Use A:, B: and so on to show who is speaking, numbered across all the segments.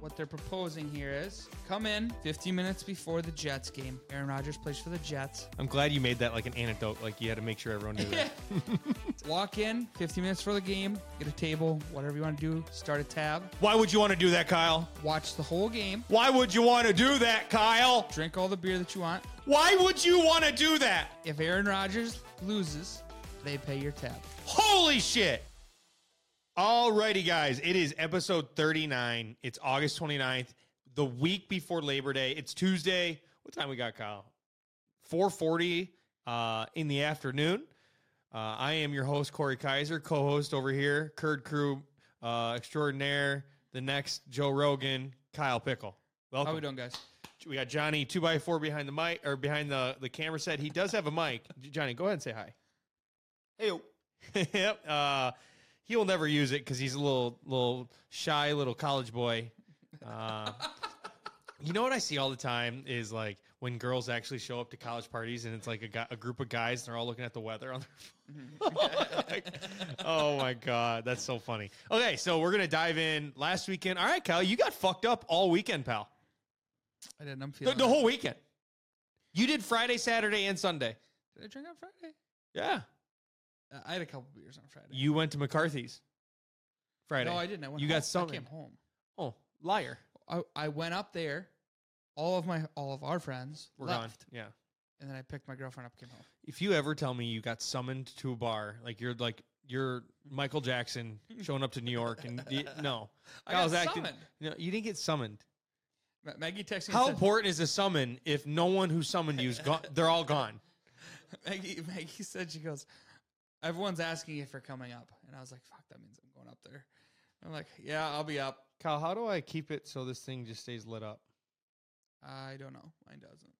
A: what they're proposing here is come in 15 minutes before the Jets game. Aaron Rodgers plays for the Jets.
B: I'm glad you made that like an anecdote. Like you had to make sure everyone knew that.
A: Walk in 15 minutes for the game, get a table, whatever you want to do, start a tab,
B: Why would you want to do that, Kyle?
A: watch the whole game,
B: Why would you want to do that, Kyle?
A: drink all the beer that you want.
B: Why would you want to do that?
A: If Aaron Rodgers loses, they pay your tab.
B: Holy shit. Alrighty, guys. It is episode 39. It's August 29th, the week before Labor Day. It's Tuesday. What time we got, Kyle? 4.40 uh, in the afternoon. Uh, I am your host, Corey Kaiser, co-host over here, Curd Crew uh, extraordinaire, the next Joe Rogan, Kyle Pickle. Welcome.
A: How we doing, guys?
B: We got Johnny two by four behind the mic or behind the, the camera set. He does have a mic. Johnny, go ahead and say hi.
C: Hey,
B: yep. Uh, he will never use it because he's a little little shy little college boy. Uh, you know what I see all the time is like when girls actually show up to college parties and it's like a, gu- a group of guys and they're all looking at the weather on their phone. Like, oh my god, that's so funny. Okay, so we're gonna dive in. Last weekend, all right, Kyle, you got fucked up all weekend, pal.
A: I didn't. I'm feeling
B: The, the whole weekend. You did Friday, Saturday, and Sunday.
A: it. Did I drink on Friday?
B: Yeah,
A: Uh, I had a couple beers on Friday.
B: you went to McCarthy's Friday.
A: No, I didn't. I went
B: You
A: home.
B: got summoned.
A: I came home.
B: Oh, liar.
A: I, I went up there. All of my all of our friends
B: We're
A: left,
B: gone. Yeah.
A: and then I picked my girlfriend up, came home.
B: If you ever tell me you got summoned to a bar, like you're like you're Michael Jackson showing up to New York, and y- no,
A: I got summoned.
B: No, you didn't get summoned.
A: Ma- Maggie texted me.
B: How
A: and said-
B: important is a summon if no one who summoned you is gone? They're all gone.
A: Maggie, Maggie said she goes, everyone's asking if you're coming up, and I was like, fuck, that means I'm going up there. I'm like, yeah, I'll be up.
B: Kyle, how do I keep it so this thing just stays lit up?
A: I don't know. Mine doesn't.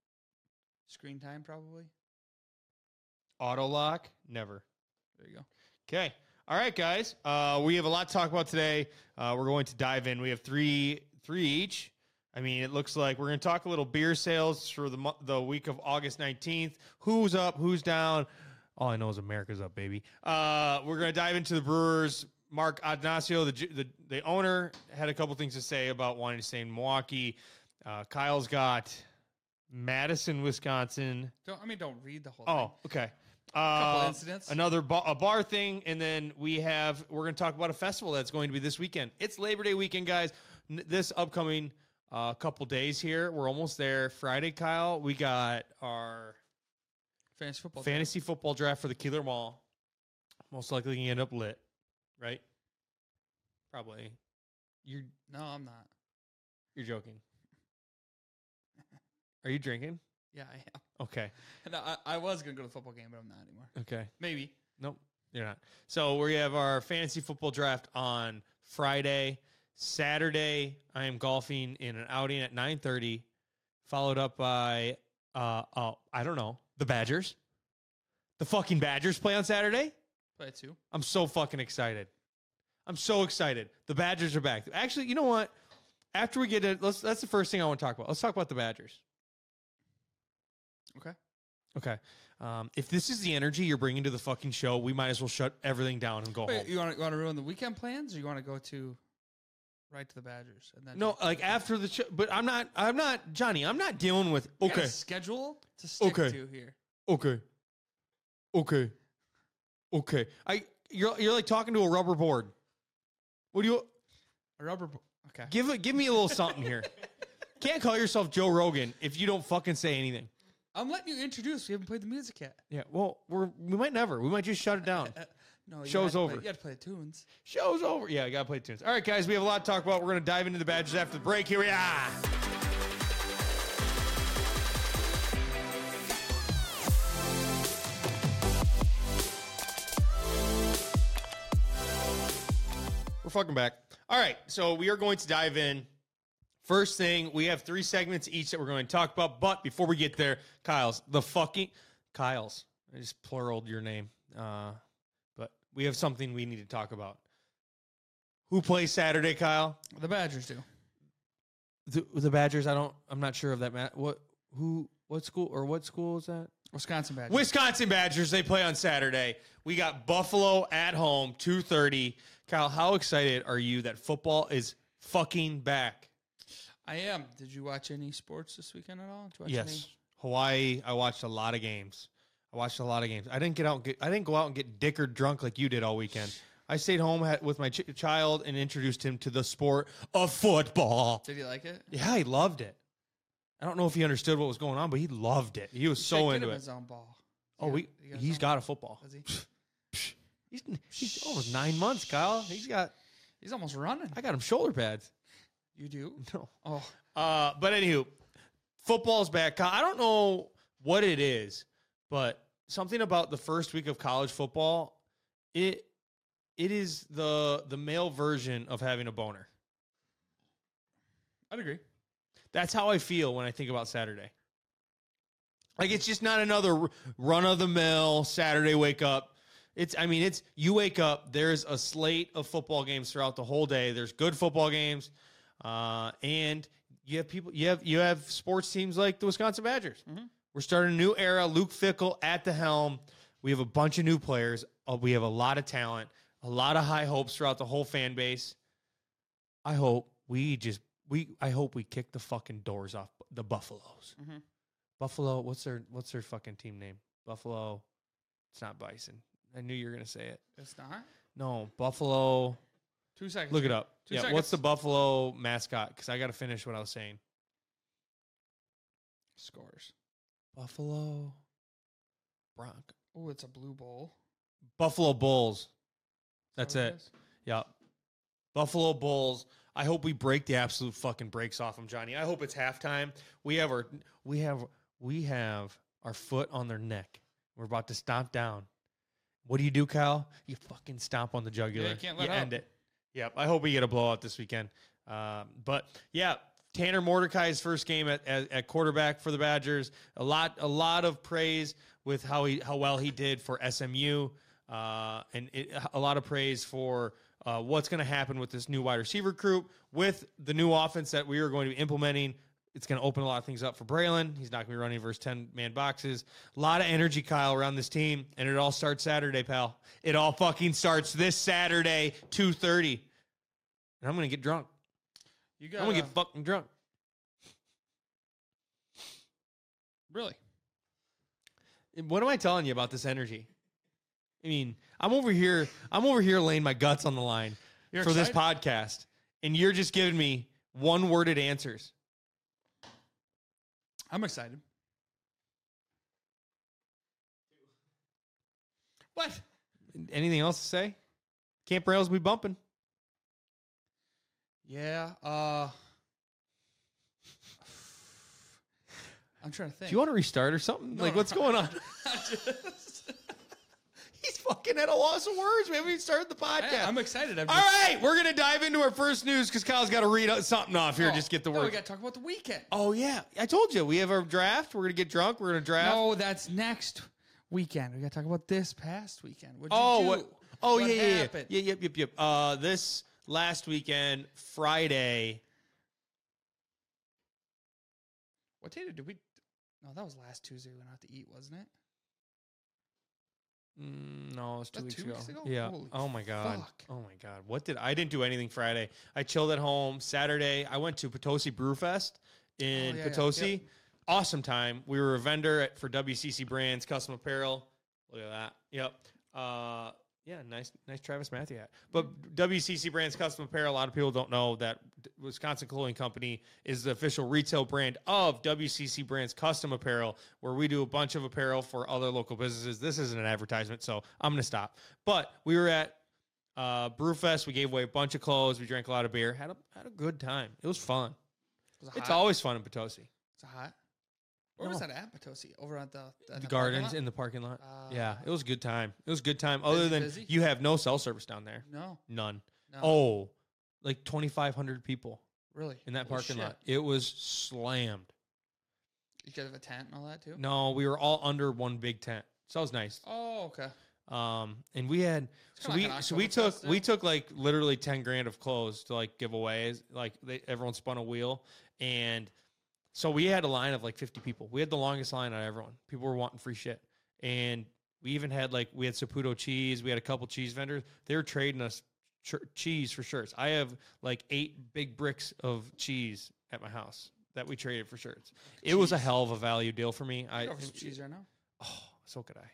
A: Screen time probably.
B: Auto lock? Never.
A: There you go.
B: Okay. All right, guys. Uh, we have a lot to talk about today. Uh, we're going to dive in. We have three, three each. I mean, it looks like we're going to talk a little beer sales for the mo- the week of August nineteenth. Who's up? Who's down? All I know is America's up, baby. Uh, we're going to dive into the Brewers. Mark Adnacio, the, ju- the the owner, had a couple things to say about wanting to stay in Milwaukee. Uh, Kyle's got Madison, Wisconsin.
A: Don't I mean don't read the whole
B: Oh,
A: thing.
B: okay. Uh,
A: incidents.
B: Another ba- a bar thing, and then we have we're going to talk about a festival that's going to be this weekend. It's Labor Day weekend, guys. N- this upcoming uh, couple days here, we're almost there. Friday, Kyle, we got our
A: Fantasy football.
B: fantasy football draft for the Keeler Mall. Most likely going to end up lit, right? Probably. You're
A: No, I'm not.
B: you're joking. Are you drinking?
A: Yeah, I am.
B: Okay.
A: No, I, I was gonna go to the football game, but I'm not anymore.
B: Okay.
A: Maybe.
B: Nope, you're not. So we have our fantasy football draft on Friday. Saturday, I am golfing in an outing at 9.30, followed up by, uh, uh, I don't know, the Badgers. The fucking Badgers play on Saturday?
A: Play it too.
B: I'm so fucking excited. I'm so excited. The Badgers are back. Actually, you know what? After we get to, let's, that's the first thing I want to talk about. Let's talk about the Badgers.
A: Okay.
B: Okay. Um, if this is the energy you're bringing to the fucking show, we might as well shut everything down and go home.
A: Wait, you want you want to ruin the weekend plans, or you want to go to right to the Badgers and then
B: No, like after the show, but I'm not, I'm not, Johnny, I'm not dealing with,
A: You got a
B: okay,
A: schedule to stick
B: Okay.
A: to here.
B: okay, okay, okay. I, you're, you're like talking to a rubber board. What do you,
A: A rubber. bo- Okay.
B: give, a, give me a little something here. Can't call yourself Joe Rogan if you don't fucking say anything.
A: I'm letting you introduce. We haven't played the music yet.
B: Yeah, well, we're, we might never, we might just shut it down.
A: No,
B: Show's
A: you had to
B: over.
A: Play, you had to play the tunes.
B: Show's over. Yeah, I gotta play tunes. All right, guys, we have a lot to talk about. We're gonna dive into the badges after the break. Here we are. We're fucking back. All right, so we are going to dive in. First thing, we have three segments each that we're going to talk about. But before we get there, Kyle's the fucking Kyle's. I just pluraled your name. Uh, but we have something we need to talk about. Who plays Saturday, Kyle?
A: The Badgers do.
B: The, the Badgers. I don't. I'm not sure of that. Matt, what? Who? What school? Or what school is that?
A: Wisconsin Badgers.
B: Wisconsin Badgers. They play on Saturday. We got Buffalo at home, two thirty. Kyle, how excited are you that football is fucking back?
A: I am. Did you watch any sports this weekend at all? Did you watch
B: Yes, Hawaii. I watched a lot of games. I watched a lot of games. I didn't get out. And get, I didn't go out and get dickered drunk like you did all weekend. I stayed home had, with my ch- child and introduced him to the sport of football.
A: Any? Did you like it?
B: Yeah, he loved it. I don't know if he understood what was going on, but he loved it. He was
A: You should
B: so
A: get
B: into
A: him
B: it.
A: His own ball.
B: Oh, we, he's got a football.
A: Is he?
B: He's, he's almost nine months, Kyle. He's got.
A: He's almost running.
B: I Mm. got him shoulder pads.
A: You do?
B: No.
A: Oh,
B: Uh, but anywho, football's back. Kyle, I don't know what it is, but something about the first week of college football, it it is the the male version of having a boner.
A: I'd agree.
B: That's how I feel when I think about Saturday. Like it's just not another run of the mill Saturday wake up. It's I mean it's you wake up. There's a slate of football games throughout the whole day. There's good football games, uh, and you have people. You have you have sports teams like the Wisconsin Badgers.
A: Mhm.
B: We're starting a new era. Luke Fickle at the helm. We have a bunch of new players. Uh, we have a lot of talent. A lot of high hopes throughout the whole fan base. I hope we just we I hope we kick the fucking doors off the Buffaloes.
A: Mhm.
B: Buffalo, what's their what's their fucking team name? Buffalo. It's not Bison. I knew you were gonna say it.
A: It's not.
B: No, Buffalo.
A: Two seconds.
B: Look it up.
A: Two
B: yeah,
A: seconds.
B: what's the Buffalo mascot? Because I got to finish what I was saying.
A: Scores.
B: Buffalo. Bronc.
A: Oh, it's a blue bowl.
B: Buffalo Bulls. That's
A: Is that
B: it.
A: what is?
B: Yeah. Buffalo Bulls. I hope we break the absolute fucking breaks off them, Johnny. I hope it's halftime. We have our we have we have our foot on their neck. We're about to stomp down. What do you do, Kyle? You fucking stomp on the jugular.
A: you can't let up.
B: end it. Yep. I hope we get a blowout this weekend. Um, but yeah, Tanner Mordecai's first game at, at, at quarterback for the Badgers. A lot a lot of praise with how he how well he did for SMU, uh, and it, a lot of praise for uh, what's going to happen with this new wide receiver group with the new offense that we are going to be implementing. It's going to open a lot of things up for Braylon. He's not going to be running versus ten man boxes. A lot of energy, Kyle, around this team, and it all starts Saturday, pal. It all fucking starts this Saturday, two thirty, and I'm going to get drunk.
A: You
B: I'm
A: got um,
B: going
A: to
B: to get fucking drunk.
A: really.
B: What am I telling you about this energy? I mean, I'm over here. I'm over here laying my guts on the line
A: You're
B: for this
A: excited?
B: podcast, and you're just giving me one-worded answers.
A: I'm excited. What?
B: Anything else to say? Camp Rails be bumping.
A: Yeah. Uh, I'm trying to think.
B: Do you want to restart or something?
A: No,
B: like,
A: no,
B: what's
A: no.
B: going on?
A: Just-
B: He's fucking at a loss of words. Maybe we started the podcast.
A: I, am excited. I'm
B: All right, we're gonna dive into our first news because Kyle's got to read out something off here.
A: Oh,
B: just get the
A: no,
B: word.
A: we got to talk about the weekend.
B: oh yeah, I told you we have our draft. We're gonna get drunk. We're gonna draft.
A: No, that's next weekend. We got to talk about this past weekend. What'd
B: Oh,
A: you do?
B: what? Oh,
A: What
B: yeah, yeah, yeah,
A: happened?
B: yeah, yep, yep, yep. Uh, this last weekend, Friday.
A: What day did we? No, that was last Tuesday. We went out to eat, wasn't it?
B: Mm, no, it was two,
A: That
B: weeks,
A: two
B: ago.
A: weeks ago?
B: Yeah.
A: Holy
B: oh my god.
A: fuck.
B: Oh my god. What did I didn't do anything Friday? I chilled at home. Saturday, I went to Potosi Brewfest in
A: Oh, yeah, yeah,
B: Potosi.
A: yep.
B: Awesome time. We were a vendor at, for WCC Brands Custom Apparel. Look at that. Yep. Uh, yeah, nice, nice Travis Matthew hat. But WCC Brands Custom Apparel. A lot of people don't know that Wisconsin Clothing Company is the official retail brand of WCC Brands Custom Apparel, where we do a bunch of apparel for other local businesses. This isn't an advertisement, so I'm gonna stop. But we were at uh, Brewfest. We gave away a bunch of clothes. We drank a lot of beer. Had a had a good time. It was fun.
A: Was it
B: It's
A: hot?
B: always fun in Potosi.
A: Is it hot? Where was
B: No.
A: that at, Potosi? Over at the,
B: The,
A: at the parking
B: gardens
A: lot?
B: in the parking lot.
A: Ah.
B: yeah, it was a good time. It was a good time. Other
A: Busy,
B: than
A: busy?
B: you have no cell service down there,
A: No,
B: none.
A: no.
B: Oh, like twenty five hundred people
A: really?
B: in that
A: Holy
B: parking
A: shit.
B: lot. It was slammed.
A: You could have a tent and all that too.
B: No, we were all under one big tent, so that was nice.
A: Oh, okay.
B: Um, and we had
A: It's
B: so
A: kinda
B: we
A: like an
B: so we took
A: Oktoberfest
B: we
A: thing.
B: took like literally ten grand of clothes to like give away. It's Like they, everyone spun a wheel, and so we had a line of like fifty people. We had the longest line on everyone. People were wanting free shit, and we even had like we had Saputo cheese. We had a couple cheese vendors. They were trading us ch- cheese for shirts. I have like eight big bricks of cheese at my house that we traded for shirts. It was a
A: Jeez.
B: hell of a value deal for me. I
A: I go for some cheese right now.
B: Oh, so could I.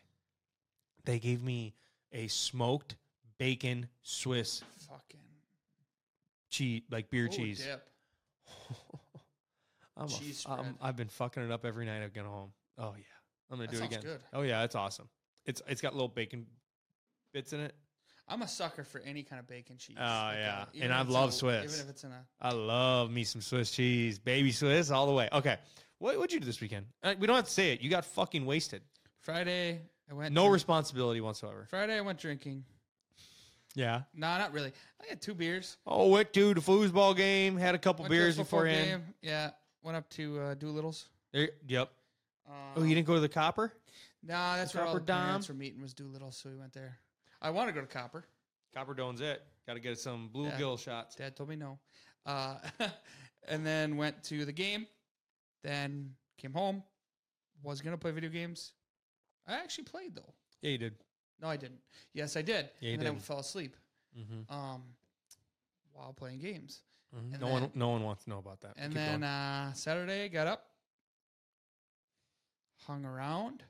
B: They gave me a smoked bacon Swiss
A: Fucking
B: cheese, like beer
A: Oh,
B: cheese.
A: dip.
B: I'm
A: Cheese
B: a, I'm,
A: spread.
B: I've been fucking it up every night I've gone home. Oh yeah, I'm gonna
A: That
B: do it
A: sounds
B: again.
A: good.
B: Oh yeah, it's awesome. It's it's got little bacon bits in it.
A: I'm a sucker for any kind of bacon cheese.
B: Oh,
A: Like, uh,
B: yeah.
A: even
B: And
A: if
B: I
A: it's in
B: love
A: a-
B: Swiss.
A: Even if it's in a
B: I love me some Swiss cheese, baby Swiss, all the way. Okay, what would you do this weekend? Uh, we don't have to say it. You got fucking wasted.
A: Friday, I went.
B: No
A: drink-
B: responsibility whatsoever.
A: Friday, I went drinking.
B: Yeah.
A: No, nah, not really. I had two beers.
B: Oh, went to the foosball game, had a couple
A: Went to a
B: beers
A: football
B: beforehand.
A: game. Yeah, went up to uh, Doolittle's.
B: There, yep.
A: Um,
B: Oh, you didn't go to the Copper?
A: Nah, that's where all
B: Copper
A: the parents
B: Dom?
A: were meeting was Doolittle, so we went there. I want to go to Copper.
B: Copper Done's it. Got to get some
A: Yeah.
B: bluegill shots.
A: Dad told me no. Uh, and then went to the game. Then came home. Was gonna play video games. I actually played though.
B: Yeah, you did.
A: No, I didn't. Yes, I did.
B: Yeah, you
A: and then I
B: did.
A: fell asleep
B: Mm-hmm.
A: um, while playing games.
B: No
A: And
B: one,
A: then-
B: no one wants to know about that.
A: And
B: Keep going.
A: then uh, Saturday, I got up, hung around,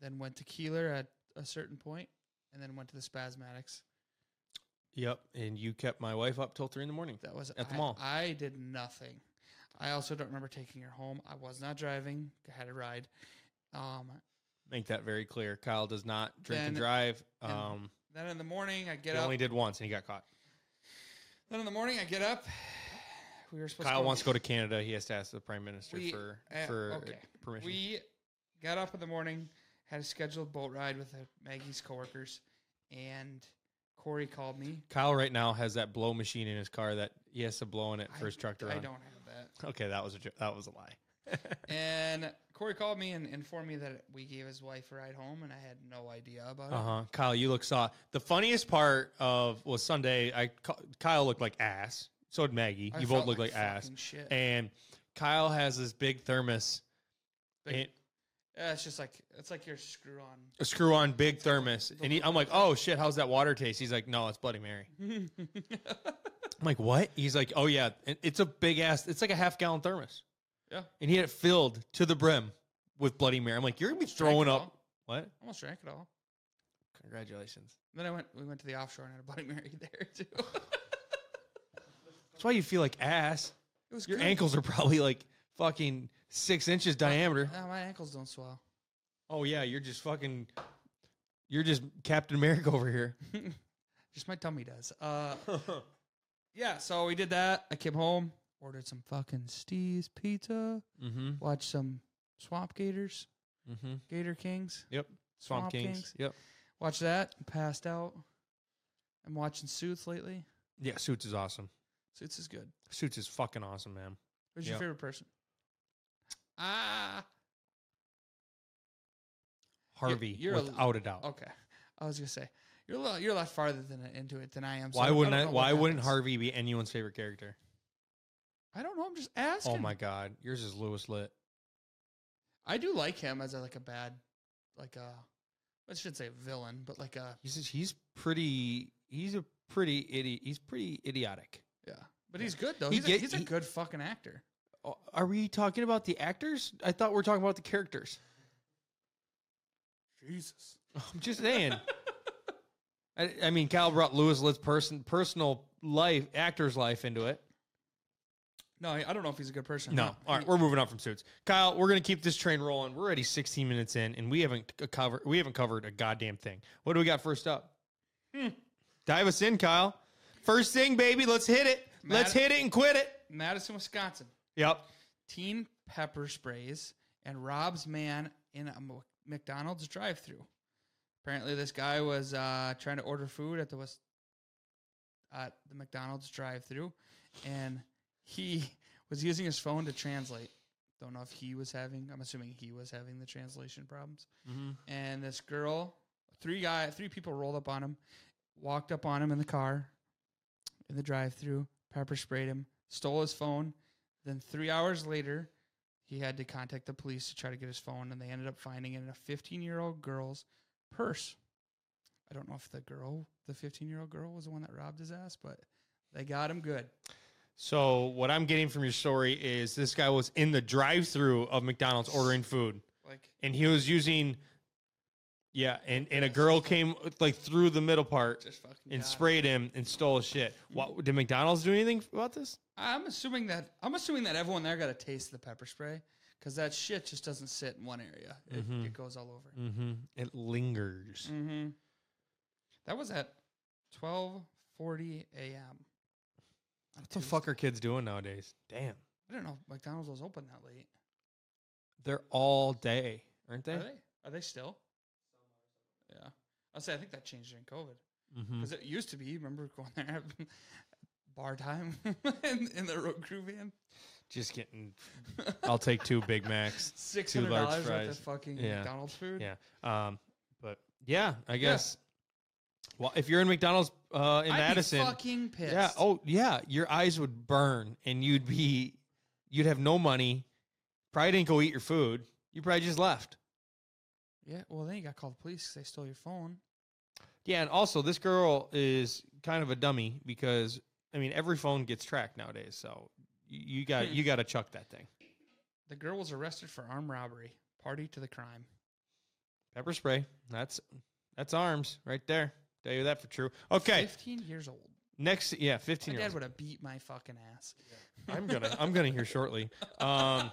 A: then went to Keeler at a certain point, and then went to the Spasmatics.
B: yep. And you kept my wife up till three in the morning.
A: That was
B: At the
A: I-
B: mall.
A: I did nothing. I also don't remember taking her home. I was not driving. I had a ride. Um,
B: Make that very clear. Kyle does not drink and
A: Then-
B: drive.
A: and
B: Um,
A: then in the morning, I
B: he
A: get up.
B: only did once, and he got caught.
A: then in the morning, I get up. We were supposed
B: Kyle
A: to
B: wants to go to Canada. He has to ask the prime minister
A: We-
B: for
A: uh,
B: for
A: okay.
B: permission.
A: We got up in the morning, had a scheduled boat ride with uh, Maggie's coworkers, and Corey called me.
B: Kyle right now has that blow machine in his car that he has to blow in it for his
A: I-
B: truck to
A: I
B: run.
A: don't have that.
B: Okay, that was a jo- that was a lie.
A: And Corey called me and informed me that we gave his wife a ride home, and I had no idea about
B: Uh
A: it.
B: huh. Kyle, you look saw the funniest part of was Sunday. I Ky- Kyle looked like ass. So did Maggie.
A: I
B: you both
A: felt
B: look like, ass.
A: fucking Shit.
B: And Kyle has this big thermos,
A: Like,
B: and-
A: yeah, it's just like it's like your screw on.
B: a screw on big thermos, and he, I'm like, oh shit, how's that water taste? He's like, no, it's Bloody Mary. I'm like, what? He's like, oh yeah, and it's a big ass. It's like a half gallon thermos.
A: Yeah.
B: and he had it filled to the brim with Bloody Mary. I'm like, you're gonna be
A: it
B: throwing up.
A: all.
B: What?
A: Almost drank it all.
B: Congratulations.
A: Then I went. We went to the offshore and had a Bloody Mary there too.
B: That's why you feel like ass.
A: it was
B: Your
A: good.
B: ankles are probably like fucking six inches diameter.
A: Ah, my ankles don't swell.
B: Oh yeah, you're just fucking. You're just Captain America over here. Mm-hmm,
A: Just my tummy does. Uh, yeah. So we did that. I came home, ordered some fucking Steve's pizza,
B: mm-hmm.
A: watched some Swamp Gators,
B: Mm-hmm.
A: Gator Kings.
B: Yep. Swamp,
A: Swamp
B: Kings.
A: Kings.
B: Yep.
A: Watch that. Passed out. I'm watching Suits lately.
B: Yeah, Suits is awesome.
A: Suits is good.
B: Suits is fucking awesome, man.
A: Who's
B: Yeah.
A: your favorite person? Ah,
B: Harvey,
A: you're a-
B: without a, doubt.
A: okay. I was gonna say you're a lot, you're a lot farther than into it than I am. so
B: why
A: don't- I
B: wouldn't
A: don't
B: I,
A: know what
B: Why wouldn't
A: happens.
B: Harvey be anyone's favorite character?
A: I don't know. I'm just asking.
B: Oh my god, yours is Lewis Lit.
A: I do like him as a, like a bad, like a I shouldn't say villain, but like a
B: He's just, he's pretty. He's a pretty idiot. He's pretty idiotic.
A: yeah. But he's good though.
B: He
A: He's,
B: get-
A: a, he's a
B: he-
A: good fucking actor.
B: Oh, Are we talking about the actors? I thought we we're talking about the characters.
A: Jesus.
B: I'm just saying. I, I mean, Kyle brought Lewis Litt's person, personal life, actor's life into it.
A: No, I I don't know if he's a good person. or
B: No.
A: not.
B: All right, we're moving on from suits. Kyle, we're going to keep this train rolling. We're already 16 minutes in, and we haven't c- covered we haven't covered a goddamn thing. What do we got first up? Dive us in, Kyle. First thing, baby. Let's hit it. Let's
A: Matt-
B: hit it and quit it.
A: Madison, Wisconsin.
B: Yep.
A: Teen pepper sprays and robs man in a Mc- McDonald's drive-through. Apparently, this guy was uh, trying to order food at the West, at the McDonald's drive-through, and he was using his phone to translate. Don't know if he was having. I'm assuming he was having the translation problems. And this girl, three guy, three people rolled up on him, walked up on him in the car, in the drive-through, pepper sprayed him, stole his phone. Then three hours later, he had to contact the police to try to get his phone, and they ended up finding it in a 15 year old girl's purse. I don't know if the girl, the 15 year old girl, was the one that robbed his ass, but they got him good.
B: So what I'm getting from your story is this guy was in the drive-through of McDonald's ordering food,
A: Like,
B: and he was using, yeah, and and a girl came like through the middle part
A: just fucking.
B: and
A: got him.
B: sprayed him and stole his shit. What did McDonald's do anything about this?
A: I'm assuming that I'm assuming that everyone there got a taste of the pepper spray because that shit just doesn't sit in one area. It,
B: Mhm.
A: it goes all over.
B: Mm-hmm. It lingers.
A: Mm-hmm. That was at 12:40 a.m. on
B: What the
A: Tuesday.
B: fuck are kids doing nowadays? Damn,
A: I didn't know McDonald's was open that late.
B: they're all day, aren't they?
A: Are they? Are they still? Yeah. I'll say I think that changed during COVID
B: Mm-hmm.
A: because it used to be. Remember going there at bar time in, in the road crew van?
B: Just getting. I'll take two Big Macs.
A: Six
B: Two
A: hundred
B: large
A: dollars worth
B: fries.
A: of fucking
B: Yeah.
A: McDonald's food.
B: Yeah. Um, but yeah, I guess. Well, if you're in McDonald's uh, in
A: I'd
B: Madison,
A: be fucking pissed.
B: yeah. Oh, yeah. Your eyes would burn, and you'd be, you'd have no money. Probably didn't go eat your food. You probably just left.
A: yeah. Well, then you got called the police because they stole your phone.
B: Yeah, and also this girl is kind of a dummy because I mean every phone gets tracked nowadays, so you
A: Hmm.
B: got you got to chuck that thing.
A: The girl was arrested for armed robbery, party to the crime.
B: Pepper spray. That's that's arms right there. Tell you that for true. Okay,
A: Fifteen years old.
B: next, yeah,
A: My
B: fifteen. year
A: dad
B: old.
A: would have beat my fucking ass.
B: I'm gonna I'm gonna hear shortly. Um,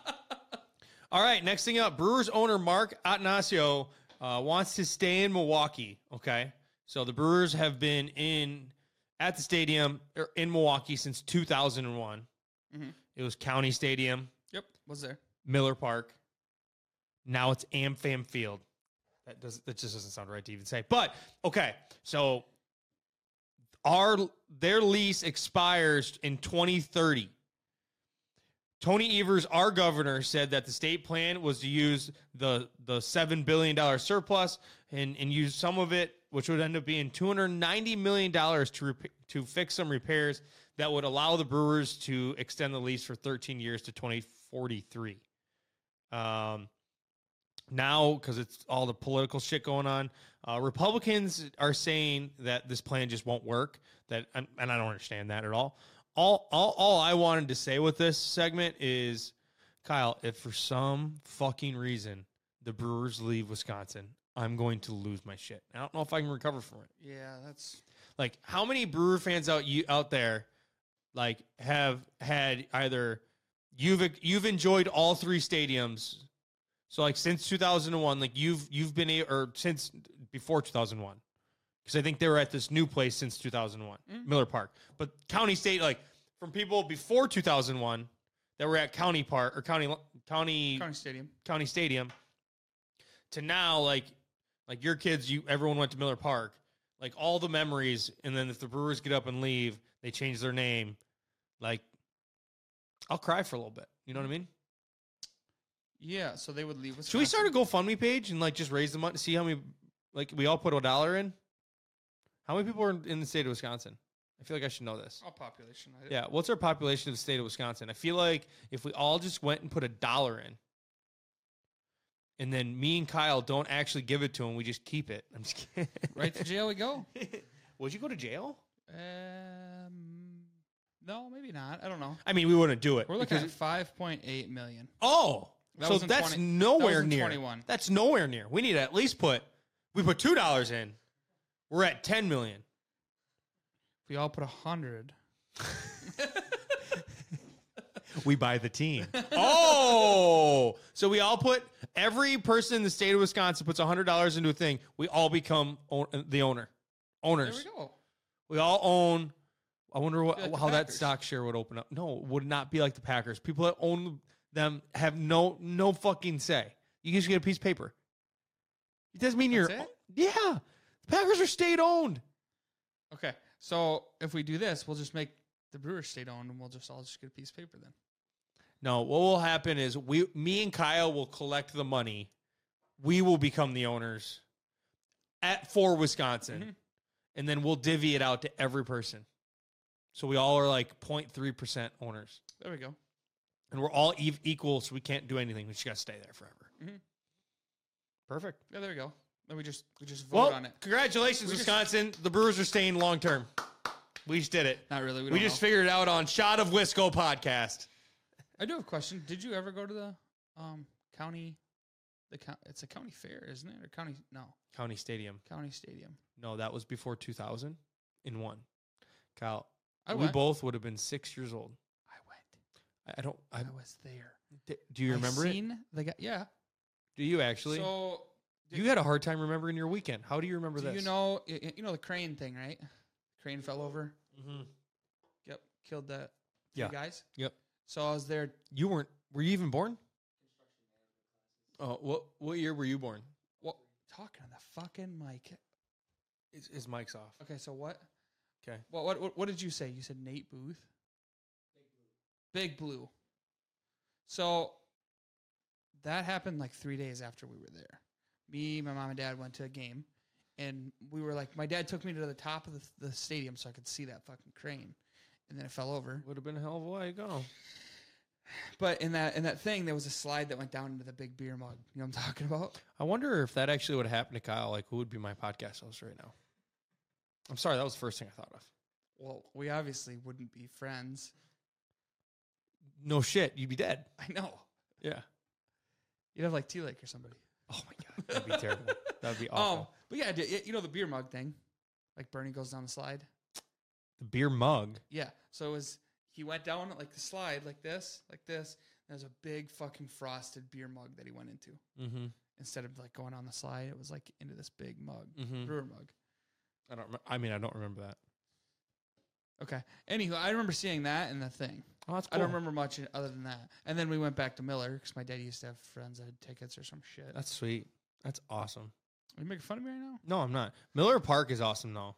B: all right, next thing up, Brewers owner Mark Atanasio uh, wants to stay in Milwaukee. Okay, so the Brewers have been in at the stadium er, in Milwaukee since 2001.
A: Mhm.
B: It was County Stadium,
A: Yep. Was there?
B: Miller Park. Now it's AmFam Field. That does that just doesn't sound right to even say. But okay, so our their lease expires in 2030. Tony Evers, our governor, said that the state plan was to use the the seven billion dollar surplus and and use some of it, which would end up being 290 million dollars to rep- to fix some repairs that would allow the Brewers to extend the lease for 13 years to 2043. Um, now, because it's all the political shit going on, uh, Republicans are saying that this plan just won't work. That and and I don't understand that at all. All, all. all I wanted to say with this segment is, Kyle, if for some fucking reason the Brewers leave Wisconsin, I'm going to lose my shit. I don't know if I can recover from it.
A: Yeah. That's.
B: Like, how many Brewer fans out you out there, like, have had either you've you've enjoyed all three stadiums? So like since 2001, like you've you've been a or since before 2001, because I think they were at this new place since 2001,
A: Mm.
B: Miller Park. But County State, like from people before 2001 that were at County Park or County County
A: County Stadium.
B: County Stadium to now like like your kids you everyone went to Miller Park like all the memories and then if the Brewers get up and leave they change their name like I'll cry for a little bit you know what I mean
A: Yeah. So they would leave. Wisconsin.
B: should we start a GoFundMe page and like just raise the money see how many like we all put a dollar in how many people are in the state of Wisconsin I feel like I should know this
A: All population. I,
B: yeah what's our population of the state of Wisconsin I feel like if we all just went and put a dollar in and then me and Kyle don't actually give it to him. We just keep it. I'm just kidding.
A: Right to jail we go.
B: Would you go to jail?
A: Um. No, maybe not. I don't know.
B: I mean, we wouldn't do it.
A: We're looking
B: because-
A: at 5.8 million.
B: oh,
A: That
B: so
A: was in
B: that's
A: 20
B: nowhere
A: that was in
B: near.
A: 21.
B: That's nowhere near. We need to at least put. We put two dollars in. We're at ten million.
A: We all put a hundred.
B: We buy the team. oh, so we all put every person in the state of Wisconsin puts hundred dollars into a thing. We all become own, the owner,
A: There
B: owners.
A: we go.
B: We all own. I wonder what,
A: Be like the
B: how that
A: Packers.
B: stock share would open up. No, it would not be like the Packers. People that own them have no no fucking say. You just get a piece of paper. It doesn't mean you're.
A: That's it?
B: Yeah, the Packers are state owned.
A: Okay, so if we do this, we'll just make the Brewers state owned, and we'll just all just get a piece of paper then.
B: No, what will happen is we, me and Kyle will collect the money. We will become the owners at for Wisconsin,
A: Mhm.
B: and then we'll divvy it out to every person. So we all are like 03 percent owners.
A: There we go.
B: and we're all
A: Mm-hmm.
B: ev- equal, so we can't do anything. We just got to stay there forever.
A: Mhm.
B: Perfect.
A: Yeah, there we go. And we just we just vote
B: Well,
A: on it.
B: congratulations,
A: We just-
B: Wisconsin. the Brewers are staying long term. We just did it.
A: Not really. We, don't
B: We, just
A: know.
B: figured it out on Shot of Wisco podcast.
A: I do have a question. Did you ever go to the um county? The county. It's a county fair, isn't it? Or county? No,
B: County Stadium.
A: county stadium.
B: No, that was before 2000 in one. Kyle,
A: Oh, I
B: we
A: went.
B: both would have been six years old.
A: I went.
B: I- I don't. I,
A: I was there.
B: d- do you remember
A: I
B: it?
A: seen The guy, yeah.
B: Do you actually?
A: So
B: you had a hard time remembering your weekend. How do you remember
A: do
B: this?
A: you know y- y- you know the crane thing, right? Crane fell over.
B: Mhm.
A: Yep, killed the three
B: Yeah.
A: guys.
B: Yep.
A: So I was there.
B: You weren't. Were you even born? Oh, what what year were you born?
A: What talking on the fucking mic?
B: Is, is Mike's off?
A: Okay, so what?
B: 'Kay.
A: What, what what what did you say? You said Nate Booth. Big Blue. Big Blue. So that happened like three days after we were there. Me, my mom, and dad went to a game, and we were like, my dad took me to the top of the, the stadium so I could see that fucking crane, and then it fell over.
B: Would have been a hell of a way to go.
A: But in that in that thing, there was a slide that went down into the big beer mug. You know what I'm talking about?
B: I wonder if that actually would have happened to Kyle. Like, who would be my podcast host right now? I'm sorry, that was the first thing I thought of.
A: Well, we obviously wouldn't be friends.
B: No shit, you'd be dead.
A: I know.
B: Yeah.
A: You'd have like T Lake or somebody.
B: Oh my god, that'd be terrible. That'd be awful.
A: Um, but yeah, I did- y- you know the beer mug thing, like Bernie goes down the slide.
B: the beer mug.
A: Yeah, so it was he went down like the slide, like this, like this. There's a big fucking frosted beer mug that he went into
B: Mm-hmm.
A: instead of like going on the slide. It was like into this big mug,
B: mm-hmm.
A: brewer mug.
B: I don't. rem- I mean, I don't remember that.
A: Okay. Anywho, I remember seeing that and the thing.
B: Oh, that's
A: I don't remember much other than that. And then we went back to Miller because my dad used to have friends that had tickets or some shit.
B: That's sweet. That's awesome.
A: Are you making fun of me right now?
B: No, I'm not. Miller Park is awesome though.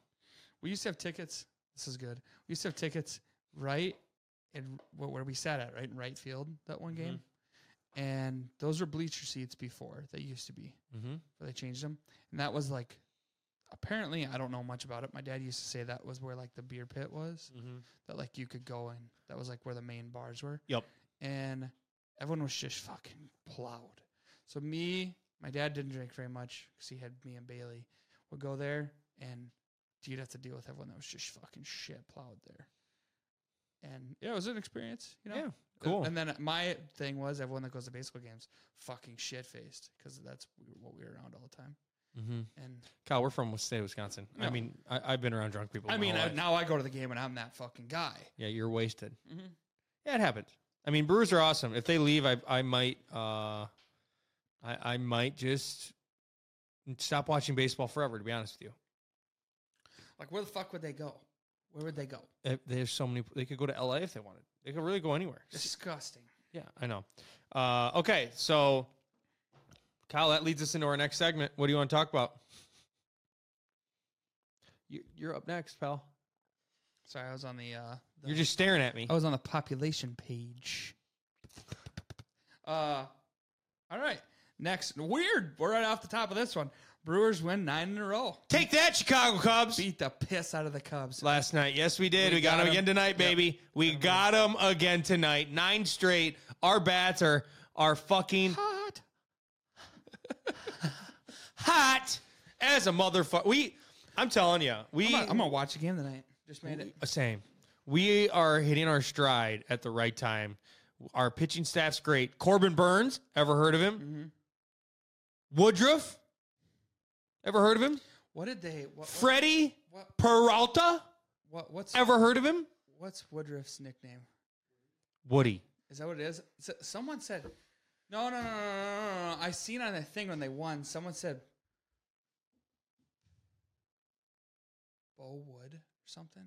A: We used to have tickets. This is good. We used to have tickets right in wh- where we sat at, right in right field that one
B: Mhm.
A: game. And those were bleacher seats before they used to be,
B: Mm-hmm.
A: but they changed them. And that was like, apparently, I don't know much about it. My dad used to say that was where like the beer pit was,
B: Mm-hmm.
A: that like you could go and that was like where the main bars were.
B: Yep.
A: And everyone was just fucking plowed. So me, my dad didn't drink very much because he had me and Bailey. Would go there and you'd have to deal with everyone that was just fucking shit plowed there. And yeah, it was an experience, you know.
B: Yeah, cool.
A: And then my thing was everyone that goes to baseball games fucking shit faced because that's what we were around all the time.
B: Mm-hmm.
A: And
B: Kyle, we're from the state of Wisconsin. I
A: Yeah.
B: mean, I, I've been around drunk people.
A: I
B: my
A: mean,
B: whole
A: I,
B: life.
A: now I go to the game and I'm that fucking guy.
B: yeah, you're wasted.
A: Mm-hmm.
B: Yeah, it happens. I mean, Brewers are awesome. If they leave, I I might uh, I I might just stop watching baseball forever. To be honest with you,
A: Like, where the fuck would they go? Where would they go?
B: Eh, there's so many. They could go to LA if they wanted. They could really go anywhere.
A: Disgusting.
B: Yeah, I know. Uh, okay, so Kyle, that leads us into our next segment. What do you want to talk about? You, you're up next, pal.
A: Sorry, I was on the. uh the
B: You're just staring at me.
A: I was on the population page. Uh, all right. Next, weird. We're right off the top of this one. Brewers win nine in a row.
B: Take that, Chicago Cubs.
A: Beat the piss out of the Cubs.
B: Last night, yes, we did. We,
A: We
B: got,
A: got
B: them
A: 'em.
B: again tonight,
A: Yep.
B: baby. We
A: Got 'em.
B: got them again tonight. Nine straight. Our bats are are fucking
A: Hot.
B: hot as a motherfucker. We, I'm telling you, we
A: I'm gonna, I'm gonna watch a game tonight. Just made it.
B: Same. We are hitting our stride at the right time. Our pitching staff's great. Corbin Burns, ever heard of him?
A: Mhm. Mm-hmm.
B: Woodruff, ever heard of him?
A: What did they? What? What?
B: Freddie
A: what,
B: Peralta,
A: what what's
B: ever heard of him?
A: what's Woodruff's nickname?
B: Woody.
A: Is that what it is? S someone said. No, no, no, no, no, no, no, no. I seen on that thing when they won. Someone said. Bo Wood or something.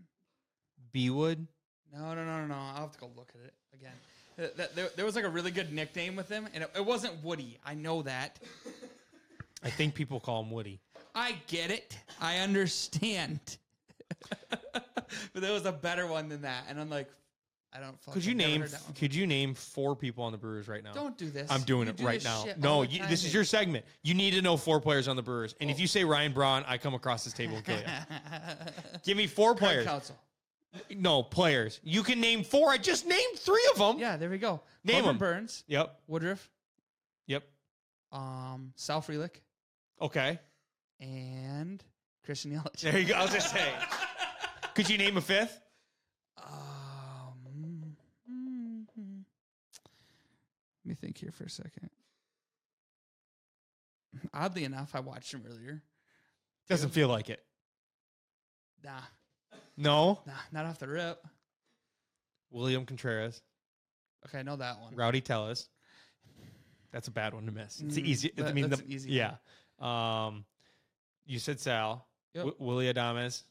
B: B Wood.
A: No, no, no, no, no. I'll have to go look at it again. Th- th- There, there was like a really good nickname with him, and it, it wasn't Woody. I know that.
B: I think people call him Woody.
A: I get it. I understand. but there was a better one than that, and I'm like, I don't. fuck,
B: Could you
A: I've never
B: name?
A: heard that one.
B: Could you name four people on the Brewers right now?
A: Don't do this.
B: I'm doing
A: You
B: it
A: do
B: right
A: this
B: now.
A: shit all
B: No,
A: the
B: you,
A: time,
B: this is
A: dude.
B: your segment. You need to know four players on the Brewers, and if
A: Oh.
B: you say Ryan Braun, I come across this table and kill you. Give me four
A: Craig
B: players.
A: Council.
B: No, players. You can name four. I just named three of them.
A: Yeah, there we go.
B: Name
A: Corbin
B: 'em.
A: Burns,
B: Yep.
A: Woodruff,
B: Yep.
A: um, Sal Frelick,
B: Okay.
A: and Christian Yelich.
B: There you go. I was just saying. Could you name a fifth?
A: Um, mm, mm. let me think here for a second. Oddly enough, I watched him earlier.
B: Doesn't feel like it.
A: Nah,
B: No.
A: nah, not off the rip.
B: William Contreras,
A: Okay, I know that one.
B: Rowdy Tellis. That's a bad one to miss. It's
A: Mm,
B: easy. I
A: that-
B: mean,
A: that's
B: the,
A: an easy
B: yeah. Um, you said Sal,
A: Yep.
B: w- Willie Adamas,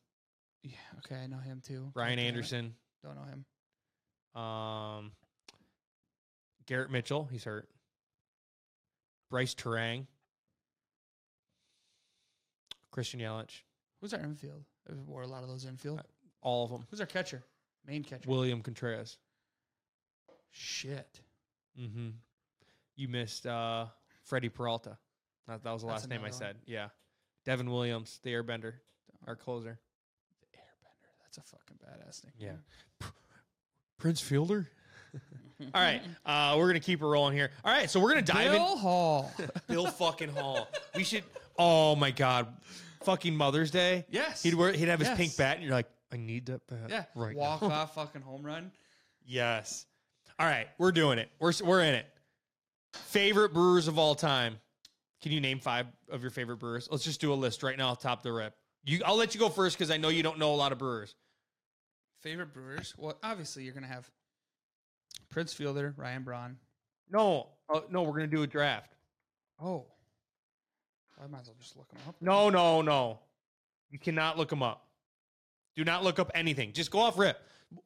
A: Yeah, okay, I know him too. God
B: Brian
A: damn it,
B: Anderson,
A: Don't know him.
B: um, Garrett Mitchell. He's hurt. Bryce Terang, Christian Yelich,
A: Who's our infield? I wore a lot of those infield.
B: Uh, all of them.
A: Who's our catcher? Main catcher.
B: William Contreras.
A: Shit.
B: Mm-hmm. You missed uh, Freddie Peralta. That, that was the
A: That's
B: last name I
A: another one.
B: said. Yeah. Devin Williams, the airbender, our closer.
A: The Airbender. That's a fucking badass name.
B: Yeah.
A: Mm-hmm.
B: Prince Fielder? All right. Uh, we're going to keep it rolling here. All right. So we're going to dive
A: Bill Hall.
B: in. Bill fucking Hall. We should. Oh, my God. Fucking Mother's Day.
A: yes.
B: He'd, wear, he'd have his pink
A: Yes.
B: bat, and you're like, I need that bat.
A: yeah.
B: Right. now."
A: Walk off fucking home run.
B: Yes. All right, we're doing it. We're s- we're in it. Favorite brewers of all time. Can you name five of your favorite brewers? Let's just do a list right now, top the rep. You, I'll let you go first because I know you don't know a lot of brewers.
A: Favorite Brewers? Well, obviously you're gonna have Prince Fielder, Ryan Braun.
B: No, oh, no, we're gonna do a draft.
A: Oh, I might as well just look him up.
B: No, no, no. You cannot look them up. Do not look up anything. Just go off rip.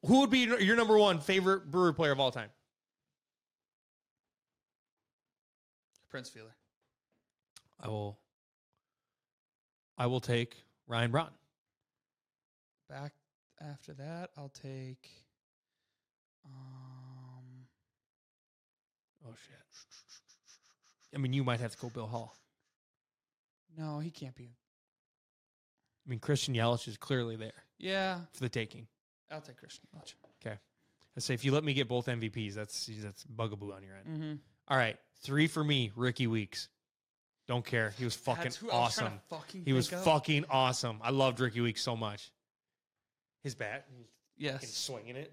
B: Who would be your your number one favorite brewer player of all time?
A: Prince Fielder.
B: I will. I will take Ryan Braun.
A: Back after that, I'll take. Um,
B: Oh shit. I mean, you might have to go Bill Hall.
A: no, he can't be.
B: I mean, Christian Yelich is clearly there
A: Yeah,
B: for the taking.
A: I'll take Christian Yelich.
B: I say, if you let me get both MVPs, that's that's bugaboo on your end.
A: Mm-hmm.
B: All right, three for me, Ricky Weeks. Don't care. He was fucking awesome.
A: fucking
B: He was
A: think of.
B: fucking awesome. I loved Ricky Weeks so much. His bat, he was fucking
A: Yes,
B: swinging it,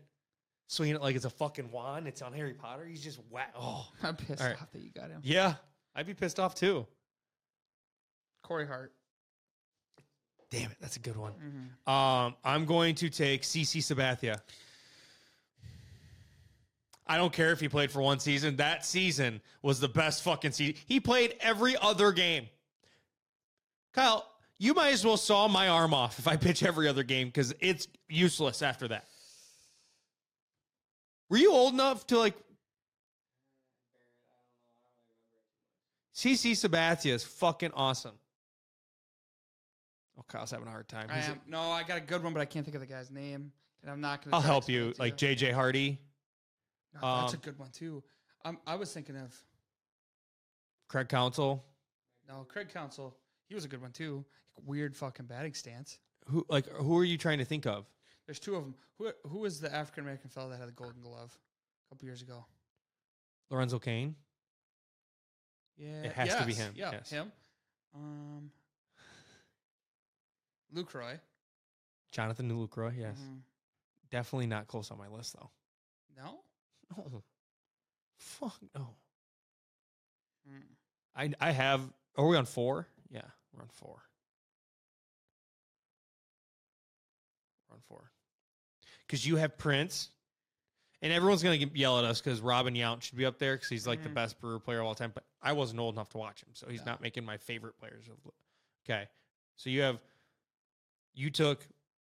B: swinging it like it's a fucking wand. It's on Harry Potter. He's just whack. Oh
A: I'm pissed
B: All right.
A: off that you got him.
B: yeah, I'd be pissed off too.
A: Corey Hart.
B: Damn it, that's a good one.
A: Mm-hmm.
B: Um, I'm going to take CC Sabathia. I don't care if he played for one season. That season was the best fucking season. He played every other game. Kyle, you might as well saw my arm off if I pitch every other game because it's useless after that. Were you old enough to like? CC Sabathia is fucking awesome. Oh, Kyle's having a hard time.
A: I
B: He's-
A: am. No, I got a good one, but I can't think of the guy's name, and I'm not gonna.
B: I'll
A: try to
B: help
A: explain
B: you,
A: it to
B: like JJ Hardy,
A: No, that's a
B: Um,
A: good one too. Um, I was thinking of
B: Craig Council,
A: no Craig Council. He was a good one too. Weird fucking batting stance.
B: who like who are you trying to think of?
A: There's two of them. Who who was the African American fellow that had the Golden Glove a couple years ago?
B: Lorenzo Kane.
A: Yeah,
B: It has to be
A: yes,
B: him,
A: Yeah,
B: yes.
A: him. Um, Lucroy.
B: Jonathan Lucroy, yes.
A: Mhm.
B: Definitely not close on my list though.
A: No.
B: No. Fuck no.
A: Mm.
B: I I have are we on four? Yeah, we're on four. We're on four. Cause you have Prince. And everyone's gonna get- yell at us because Robin Yount should be up there because he's like the
A: Mhm.
B: best brewer player of all time. But I wasn't old enough to watch him, so he's
A: No.
B: not making my favorite players of Okay. So you have you took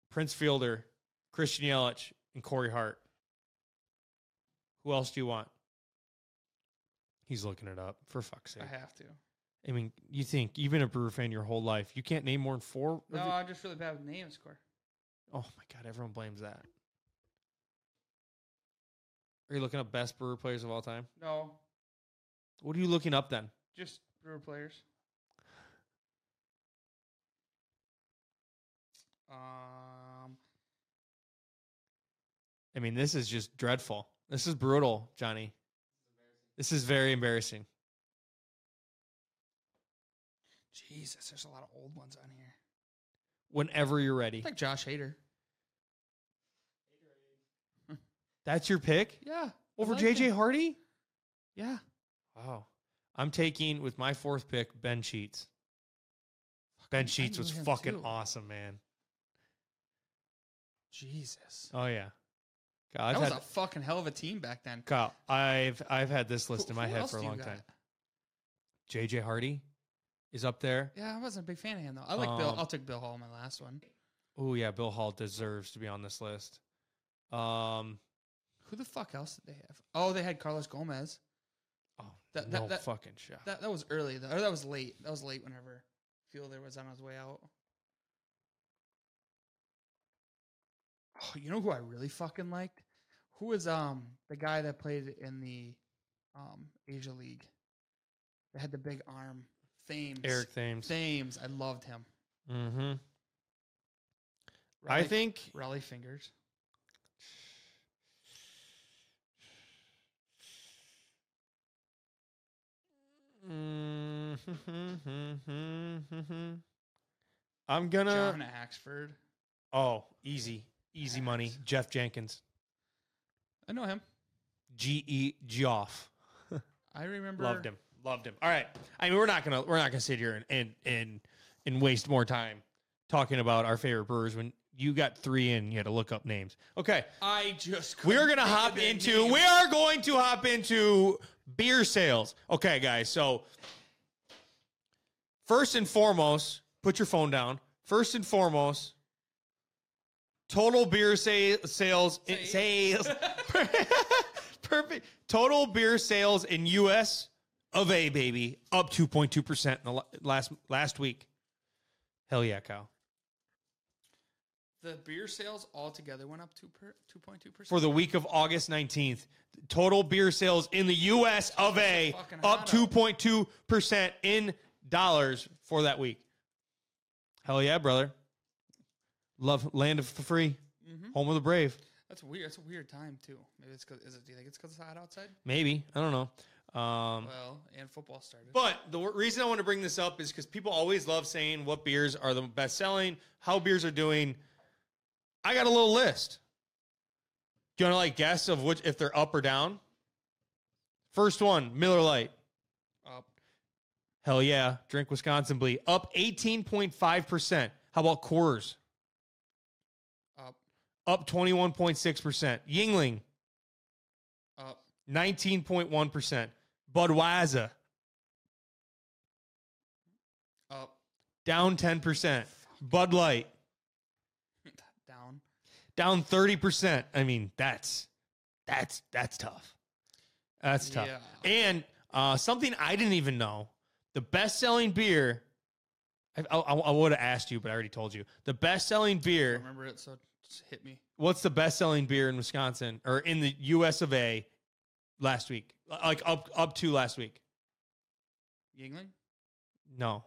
B: Prince Fielder, Christian Yelich, and Corey Hart. Who else do you want? He's looking it up for fuck's sake.
A: I have to.
B: I mean, you think you've been a Brewer fan your whole life. You can't name more than four. of
A: No,
B: your-
A: I'm just really bad with names, Core.
B: oh my god, everyone blames that. Are you looking up best Brewer players of all time?
A: No,
B: What are you looking up then?
A: just Brewer players. Um,
B: I mean, this is just dreadful. This is brutal, Johnny. This is very embarrassing.
A: Jesus, there's a lot of old ones on here.
B: Whenever you're
A: I
B: ready.
A: think Josh Hader.
B: That's your pick
A: Yeah.
B: over
A: like
B: JJ
A: it.
B: Hardy?
A: Yeah.
B: Wow. I'm taking with my fourth pick Ben Sheets.
A: I
B: Ben Sheets
A: knew
B: was
A: him
B: fucking
A: too.
B: awesome, man.
A: Jesus.
B: Oh yeah. God, I've
A: that was
B: had,
A: a fucking hell of a team back then.
B: Kyle, I've I've had this list
A: Who-
B: in my
A: who
B: head
A: else
B: for a
A: do you
B: long
A: got?
B: time. JJ Hardy is up there.
A: Yeah, I wasn't a big fan of him though. I like Bill.
B: Um,
A: I'll take Bill Hall in my last one.
B: Oh yeah, Bill Hall deserves to be on this list. Um
A: Who the fuck else did they have? Oh, they had Carlos Gomez.
B: oh,
A: That- that-
B: no
A: that-
B: fucking shot.
A: That that was early though. Or that was late. That was late whenever Fielder was on his way out. Oh, you know who I really fucking liked? Who was um the guy that played in the um Asia League? That had the big arm. Thames.
B: Eric Thames.
A: Thames. I loved him.
B: Mm-hmm. I
A: Raleigh-
B: think
A: Raleigh Fingers.
B: mm-hmm,
A: John
B: I'm mm-hmm, gonna.
A: Axford.
B: Oh, easy, easy money.
A: Jax.
B: Jeff Jenkins,
A: I know him.
B: G E Geoff.
A: I remember
B: Loved him. Loved him. All right. I mean, we're not gonna we're not gonna sit here and and and and waste more time talking about our favorite brewers when you got three in. You had to look up names. Okay,
A: I just
B: we are
A: couldn't
B: gonna
A: think of
B: hop
A: their
B: into.
A: name.
B: We are going to hop into beer sales. Okay, guys. So first and foremost, put your phone down. First and foremost, total beer sa- sales in-
A: Sales.
B: sales. Perfect. Total beer sales in U.S. of A. Baby up two point two percent in the la- last last week. Hell yeah, Kyle.
A: The beer sales altogether went up two per two point two percent.
B: for the week of August 19th. Total beer sales in the US of A
A: Fucking
B: up
A: hot out.
B: 2.2% in dollars for that week. Hell yeah, brother. Love land of the free,
A: Mhm.
B: home of the brave.
A: That's weird. That's a weird time too. Maybe it's because is it? Do you think it's because it's hot outside?
B: Maybe. I don't know. Um,
A: Well, and football started.
B: but the w- reason I want to bring this up is because people always love saying what beers are the best selling, how beers are doing. I got a little list. Do you want to like guess of which if they're up or down? First one, Miller Lite.
A: Up.
B: Hell yeah. Drink Wisconsin Blee. Up 18.5%. How about Coors?
A: Up.
B: Up 21.6%. Yingling,
A: Up.
B: 19.1%. Budweiser,
A: Up.
B: down 10%. Bud Light,
A: Down.
B: down 30%. I mean, that's that's that's tough. That's tough.
A: Yeah.
B: And uh, something I didn't even know: the best-selling beer. I, I, I would have asked you, but I already told you. The best-selling
A: I
B: beer.
A: remember it, so it just hit me.
B: What's the best-selling beer in Wisconsin or in the U.S. of A. Last week, like up up to last week.
A: Yingling.
B: No,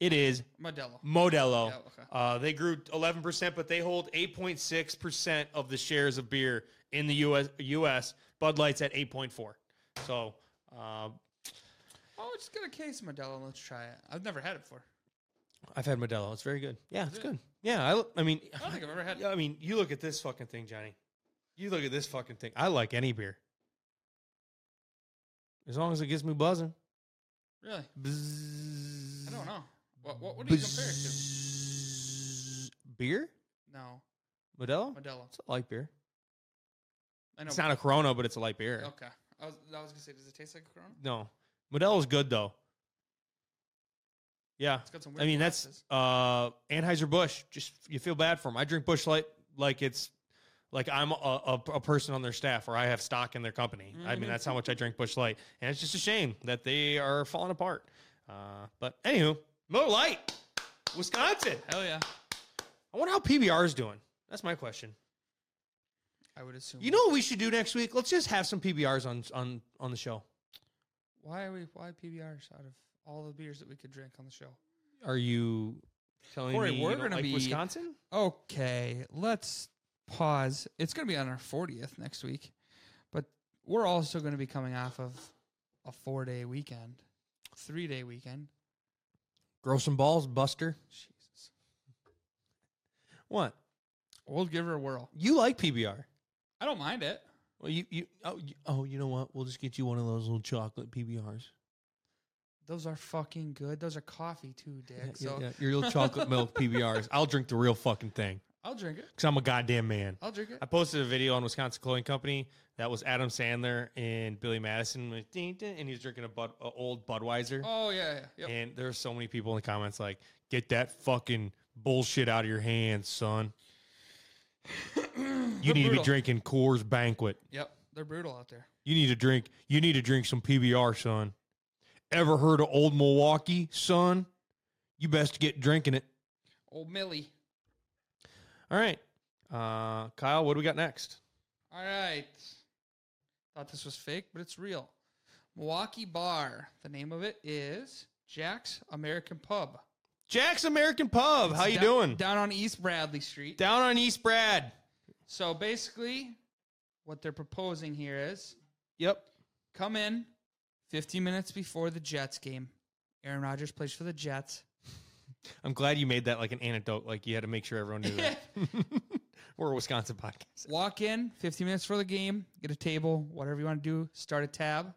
B: it is
A: Modelo.
B: Modelo.
A: Yeah, okay.
B: Uh, they grew 11%, but they hold 8.6% of the shares of beer in the US. US. Bud Light's at 8.4. So, uh,
A: Oh, just get a case of Modelo. and Let's try it. I've never had it before.
B: I've had Modelo. It's very good. Yeah, it's
A: it?
B: good. Yeah, I, I mean,
A: I don't think I've ever had.
B: yeah, I mean, you look at this fucking thing, Johnny. You look at this fucking thing. I like any beer, as long as it gets me buzzing.
A: Really.
B: Bzzz.
A: I don't know. What What, what do you compare it to?
B: Bzzz. Beer,
A: No,
B: Modelo.
A: Modelo.
B: It's a light beer.
A: I know.
B: It's not a Corona, but it's a light beer.
A: okay. I was, I was gonna say, does it taste like a Corona?
B: No, Modelo's good though. Yeah,
A: It's got some.
B: I
A: Weird
B: mean that's
A: glasses.
B: uh, Anheuser Busch. Just you feel bad for them. I drink Bush Light like it's like I'm a, a, a person on their staff or I have stock in their company. I mean
A: Mhm.
B: that's how much I drink Bush Light, and it's just a shame that they are falling apart. Uh, but anywho, Miller Light, Wisconsin.
A: hell yeah.
B: I wonder how PBR is doing. That's my question.
A: I would assume.
B: You know what we should do next week? Let's just have some PBRs on on on the show.
A: why are we why PBRs out of all the beers that we could drink on the show?
B: Are you telling
A: Corey,
B: me
A: we're
B: you don't
A: gonna
B: like
A: be-
B: Wisconsin?
A: Okay, let's pause. It's going to be on our 40th next week, but we're also going to be coming off of a four day weekend, three day weekend.
C: Grow some balls, Buster.
A: Jesus.
C: What?
A: We'll give her a whirl.
C: You like PBR?
A: I don't mind it.
C: Well, you you oh you, oh you know what? We'll just get you one of those little chocolate PBRs.
A: Those are fucking good. Those are coffee too, Dick.
C: Yeah, yeah,
A: so
C: yeah. Your little chocolate milk PBRs. I'll drink the real fucking thing
A: I'll drink it.
C: because I'm a goddamn man.
A: I'll drink it.
B: I posted a video on Wisconsin Clothing Company that was Adam Sandler and Billy Madison, with ding, ding, and he's drinking a, Bud, a old Budweiser.
A: Oh yeah, yeah. Yep.
B: And there are so many people in the comments like, "Get that fucking bullshit out of your hands, son. You
A: They're
B: need to
A: brutal.
B: be drinking Coors Banquet.
A: Yep, they're brutal out there.
B: You need to drink. You need to drink some PBR, son. Ever heard of Old Milwaukee, son? You best get drinking it.
A: Old Millie.
B: All right, uh, Kyle, what do we got next?
A: All right. Thought this was fake, but it's real. Milwaukee Bar. The name of it is Jack's American Pub.
B: Jack's American Pub. How you
A: Down-
B: doing?
A: Down on East Bradley Street.
B: Down on East Brad.
A: So basically, what they're proposing here is
B: Yep.
A: come in 15 minutes before the Jets game. Aaron Rodgers plays for the Jets.
B: I'm glad you made that like an anecdote. Like you had to make sure everyone knew that. We're a Wisconsin podcast.
A: Walk in 15 minutes for the game, get a table, whatever you want to do, start a tab,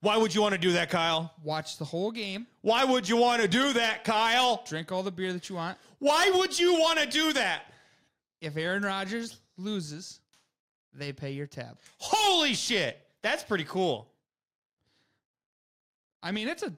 B: Why would you want to do that, Kyle?
A: watch the whole game,
B: Why would you want to do that, Kyle?
A: drink all the beer that you want.
B: Why would you want to do that?
A: If Aaron Rodgers loses, they pay your tab.
B: Holy shit. That's pretty cool.
A: I mean, it's a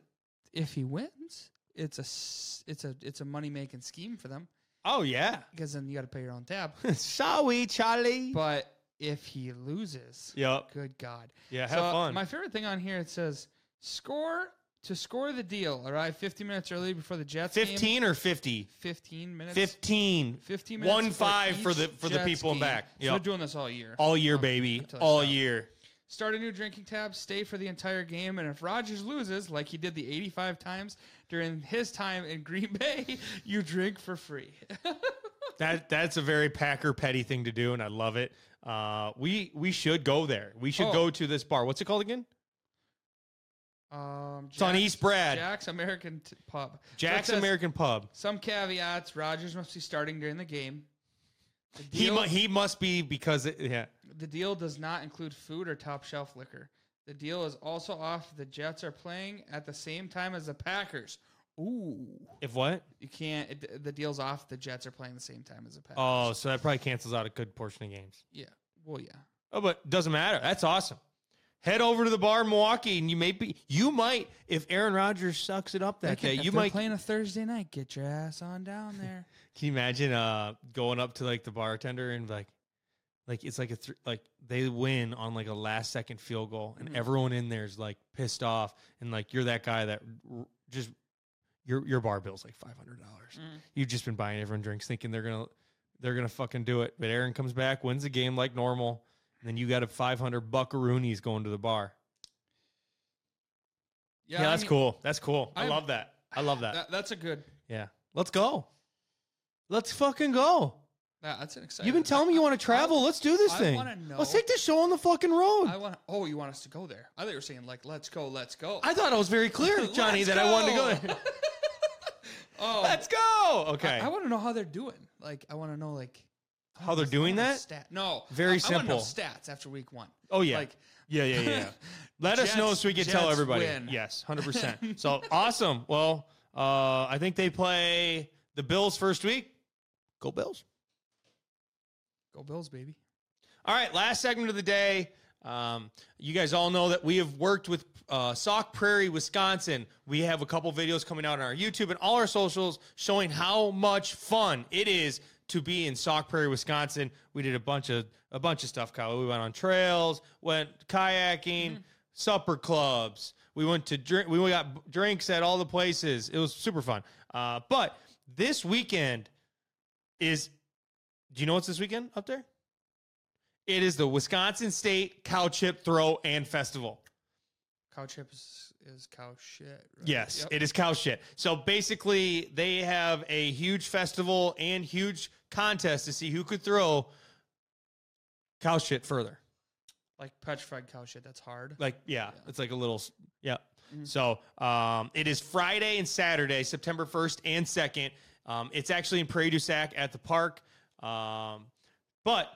A: if he wins, it's a s- it's a it's a money making scheme for them
B: Oh, yeah.
A: because then you got to pay your own tab.
B: Shall we, Charlie?
A: but if he loses,
B: Yep.
A: good God,
B: Yeah, have fun.
A: My favorite thing on here it says score to score the deal. Arrive 15 minutes early before the Jets. game.
B: 15 or 50?
A: 15 minutes.
B: 15.
A: 15 minutes.
B: One
A: before
B: five for
A: each
B: the- for the
A: Jets
B: people
A: game.
B: back.
A: So they're
B: Yep.
A: doing this all year.
B: All year,
A: Um,
B: baby.
A: until they
B: All
A: stop.
B: year.
A: Start a new drinking tab, stay for the entire game, and if Rogers loses, like he did the 85 times during his time in Green Bay, you drink for free.
B: That that's a very Packer petty thing to do, and I love it. Uh, we we should go there. We should
A: Oh.
B: go to this bar. What's it called again?
A: Um,
B: It's on
A: Jack-
B: East Brad.
A: Jack's American t- Pub. So it
B: Jack's
A: says,
B: American Pub.
A: Some caveats. Rogers must be starting during the game. The
B: He
A: deal,
B: mu- he must be because it, yeah.
A: the deal does not include food or top shelf liquor. The deal is also off. The Jets are playing at the same time as the Packers. Ooh,
B: If what?
A: you can't. It, the deal's off. The Jets are playing the same time as the Packers.
B: Oh, so that probably cancels out a good portion of games.
A: yeah. Well, yeah.
B: Oh, but doesn't matter. That's awesome. Head over to the bar in Milwaukee, and you may be you might if Aaron Rodgers sucks it up that
A: They can-
B: day.
A: if
B: You
A: they're
B: might.
A: playing a Thursday night. Get your ass on down there.
B: Can you imagine uh going up to like the bartender and like like it's like a thr like they win on like a last second field goal and
A: Mhm.
B: everyone in there is like pissed off and like you're that guy that r- just your your bar bill's like five hundred dollars.
A: Mm.
B: You've just been buying everyone drinks thinking they're gonna they're gonna fucking do it. But Aaron comes back, wins the game like normal, and then you got a five hundred buckaroonies going to the bar. Yeah,
A: I
B: that's
A: mean,
B: cool. That's cool. I
A: I'm-
B: love that. I love that.
A: that- that's a good.
B: Yeah. Let's go. Let's fucking go.
A: that- that's an exciting.
B: You've been telling me you want to travel. Let's do this
A: I
B: thing.
A: wanna know-
B: Let's take this show on the fucking road.
A: I
B: I,
A: want. Oh, you want us to go there? I thought you were saying like, let's go, let's go.
B: thought I was very clear, Johnny, that I wanted to go there.
A: oh,
B: Let's go. Okay.
A: I, want to know how they're doing. Like, I want to know like I
B: How they're
A: wanna- I
B: doing
A: wanna
B: that?
A: Stat. No,
B: Very
A: I- I wanna know
B: simple.
A: stats after week one.
B: oh, yeah.
A: Like,
B: yeah, yeah, yeah. yeah. Let us know
A: Jets-
B: so we can tell
A: Jets
B: everybody.
A: win.
B: Yes, 100%. so awesome. Well, uh, I think they play the Bills first week. Go Bills.
A: go Bills, baby.
B: All right, last segment of the day. Um, you guys all know that we have worked with uh, Sauk Prairie, Wisconsin. We have a couple videos coming out on our YouTube and all our socials showing how much fun it is to be in Sauk Prairie, Wisconsin. We did a bunch of a bunch of stuff, Kyle. We went on trails, went kayaking, supper clubs. We went to drink. We got drinks at all the places. It was super fun. Uh, but this weekend is. Do you know what's this weekend up there? It is the Wisconsin State Cow Chip Throw and Festival.
A: Cow chips is cow shit. Right?
B: Yes,
A: Yep.
B: it is cow shit. So basically, they have a huge festival and huge contest to see who could throw cow shit further.
A: like petrified cow shit. That's hard.
B: Like, yeah, it's like a little Yeah.
A: Mhm.
B: So um, it is Friday and Saturday, September 1st and 2nd. Um, it's actually in Prairie du Sac at the park. Um, but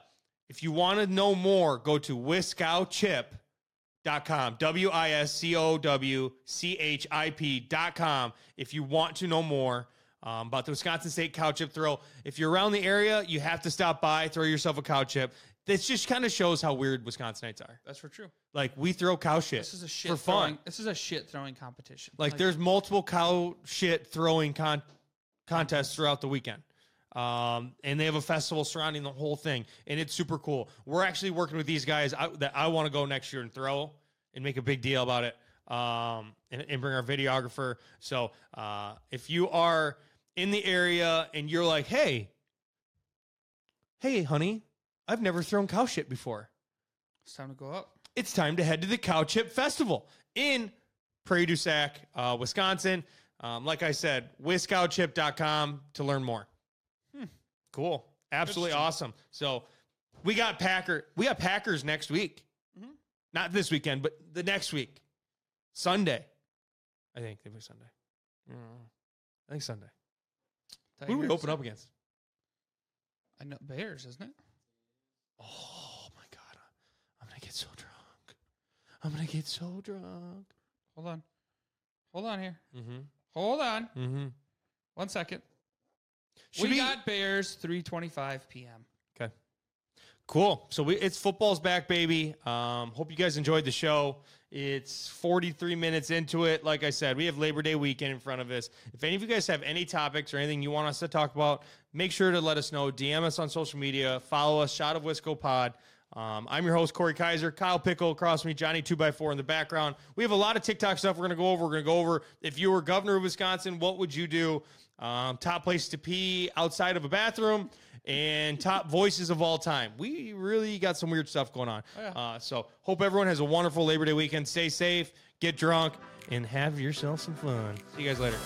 B: if you want to know more, go to whiskowchip.com, W I S C O W C H I P.com. If you want to know more um, about the Wisconsin State cow chip throw, if you're around the area, you have to stop by, throw yourself a cow chip. This just kind of shows how weird Wisconsinites are.
A: That's for true.
B: Like, we throw cow shit.
A: This is a shit
B: for fun.
A: throwing- This is a shit throwing competition.
B: Like, there's multiple cow shit throwing con- contests throughout the weekend. Um, and they have a festival surrounding the whole thing, and it's super cool. We're actually working with these guys I, that I want to go next year and throw and make a big deal about it. Um, and, and bring our videographer. So, uh, if you are in the area and you're like, hey, hey, honey, I've never thrown cow shit before
A: it's time to go up.
B: it's time to head to the Cow Chip Festival in Prairie du Sac, uh, Wisconsin. Um, like I said, wiscowchip.com to learn more. Hmm. Cool. Absolutely
A: Interesting.
B: awesome. So we got Packer. We got Packers next week.
A: Mhm.
B: Not this weekend, but the next week. Sunday. I think they play Sunday. Mm, I think Sunday. Who do we
A: Tigers.
B: open up against?
A: I know Bears, isn't it?
B: Oh my God. I'm going to get so drunk. I'm going to get so drunk.
A: Hold on. Hold on here.
B: Mm-hmm.
A: Hold on.
B: Mm-hmm.
A: One second.
B: Should
A: we
B: be-
A: got Bears 3:25 p.m.
B: Cool. So we, it's football's back, baby. Um, hope you guys enjoyed the show. It's 43 minutes into it. Like I said, we have Labor Day weekend in front of us. If any of you guys have any topics or anything you want us to talk about, make sure to let us know. DM us on social media. Follow us, Shot of Wisco Pod. Um, I'm your host, Corey Kaiser. Kyle Pickle across from me, Johnny 2x4 in the background. We have a lot of TikTok stuff we're going to go over. We're going to go over if you were governor of Wisconsin, what would you do? Um, top place to pee outside of a bathroom and top voices of all time. We really got some weird stuff going on.
A: Oh, yeah.
B: Uh, so, hope everyone has a wonderful Labor Day weekend. Stay safe, get drunk, and have yourself some fun. See you guys later.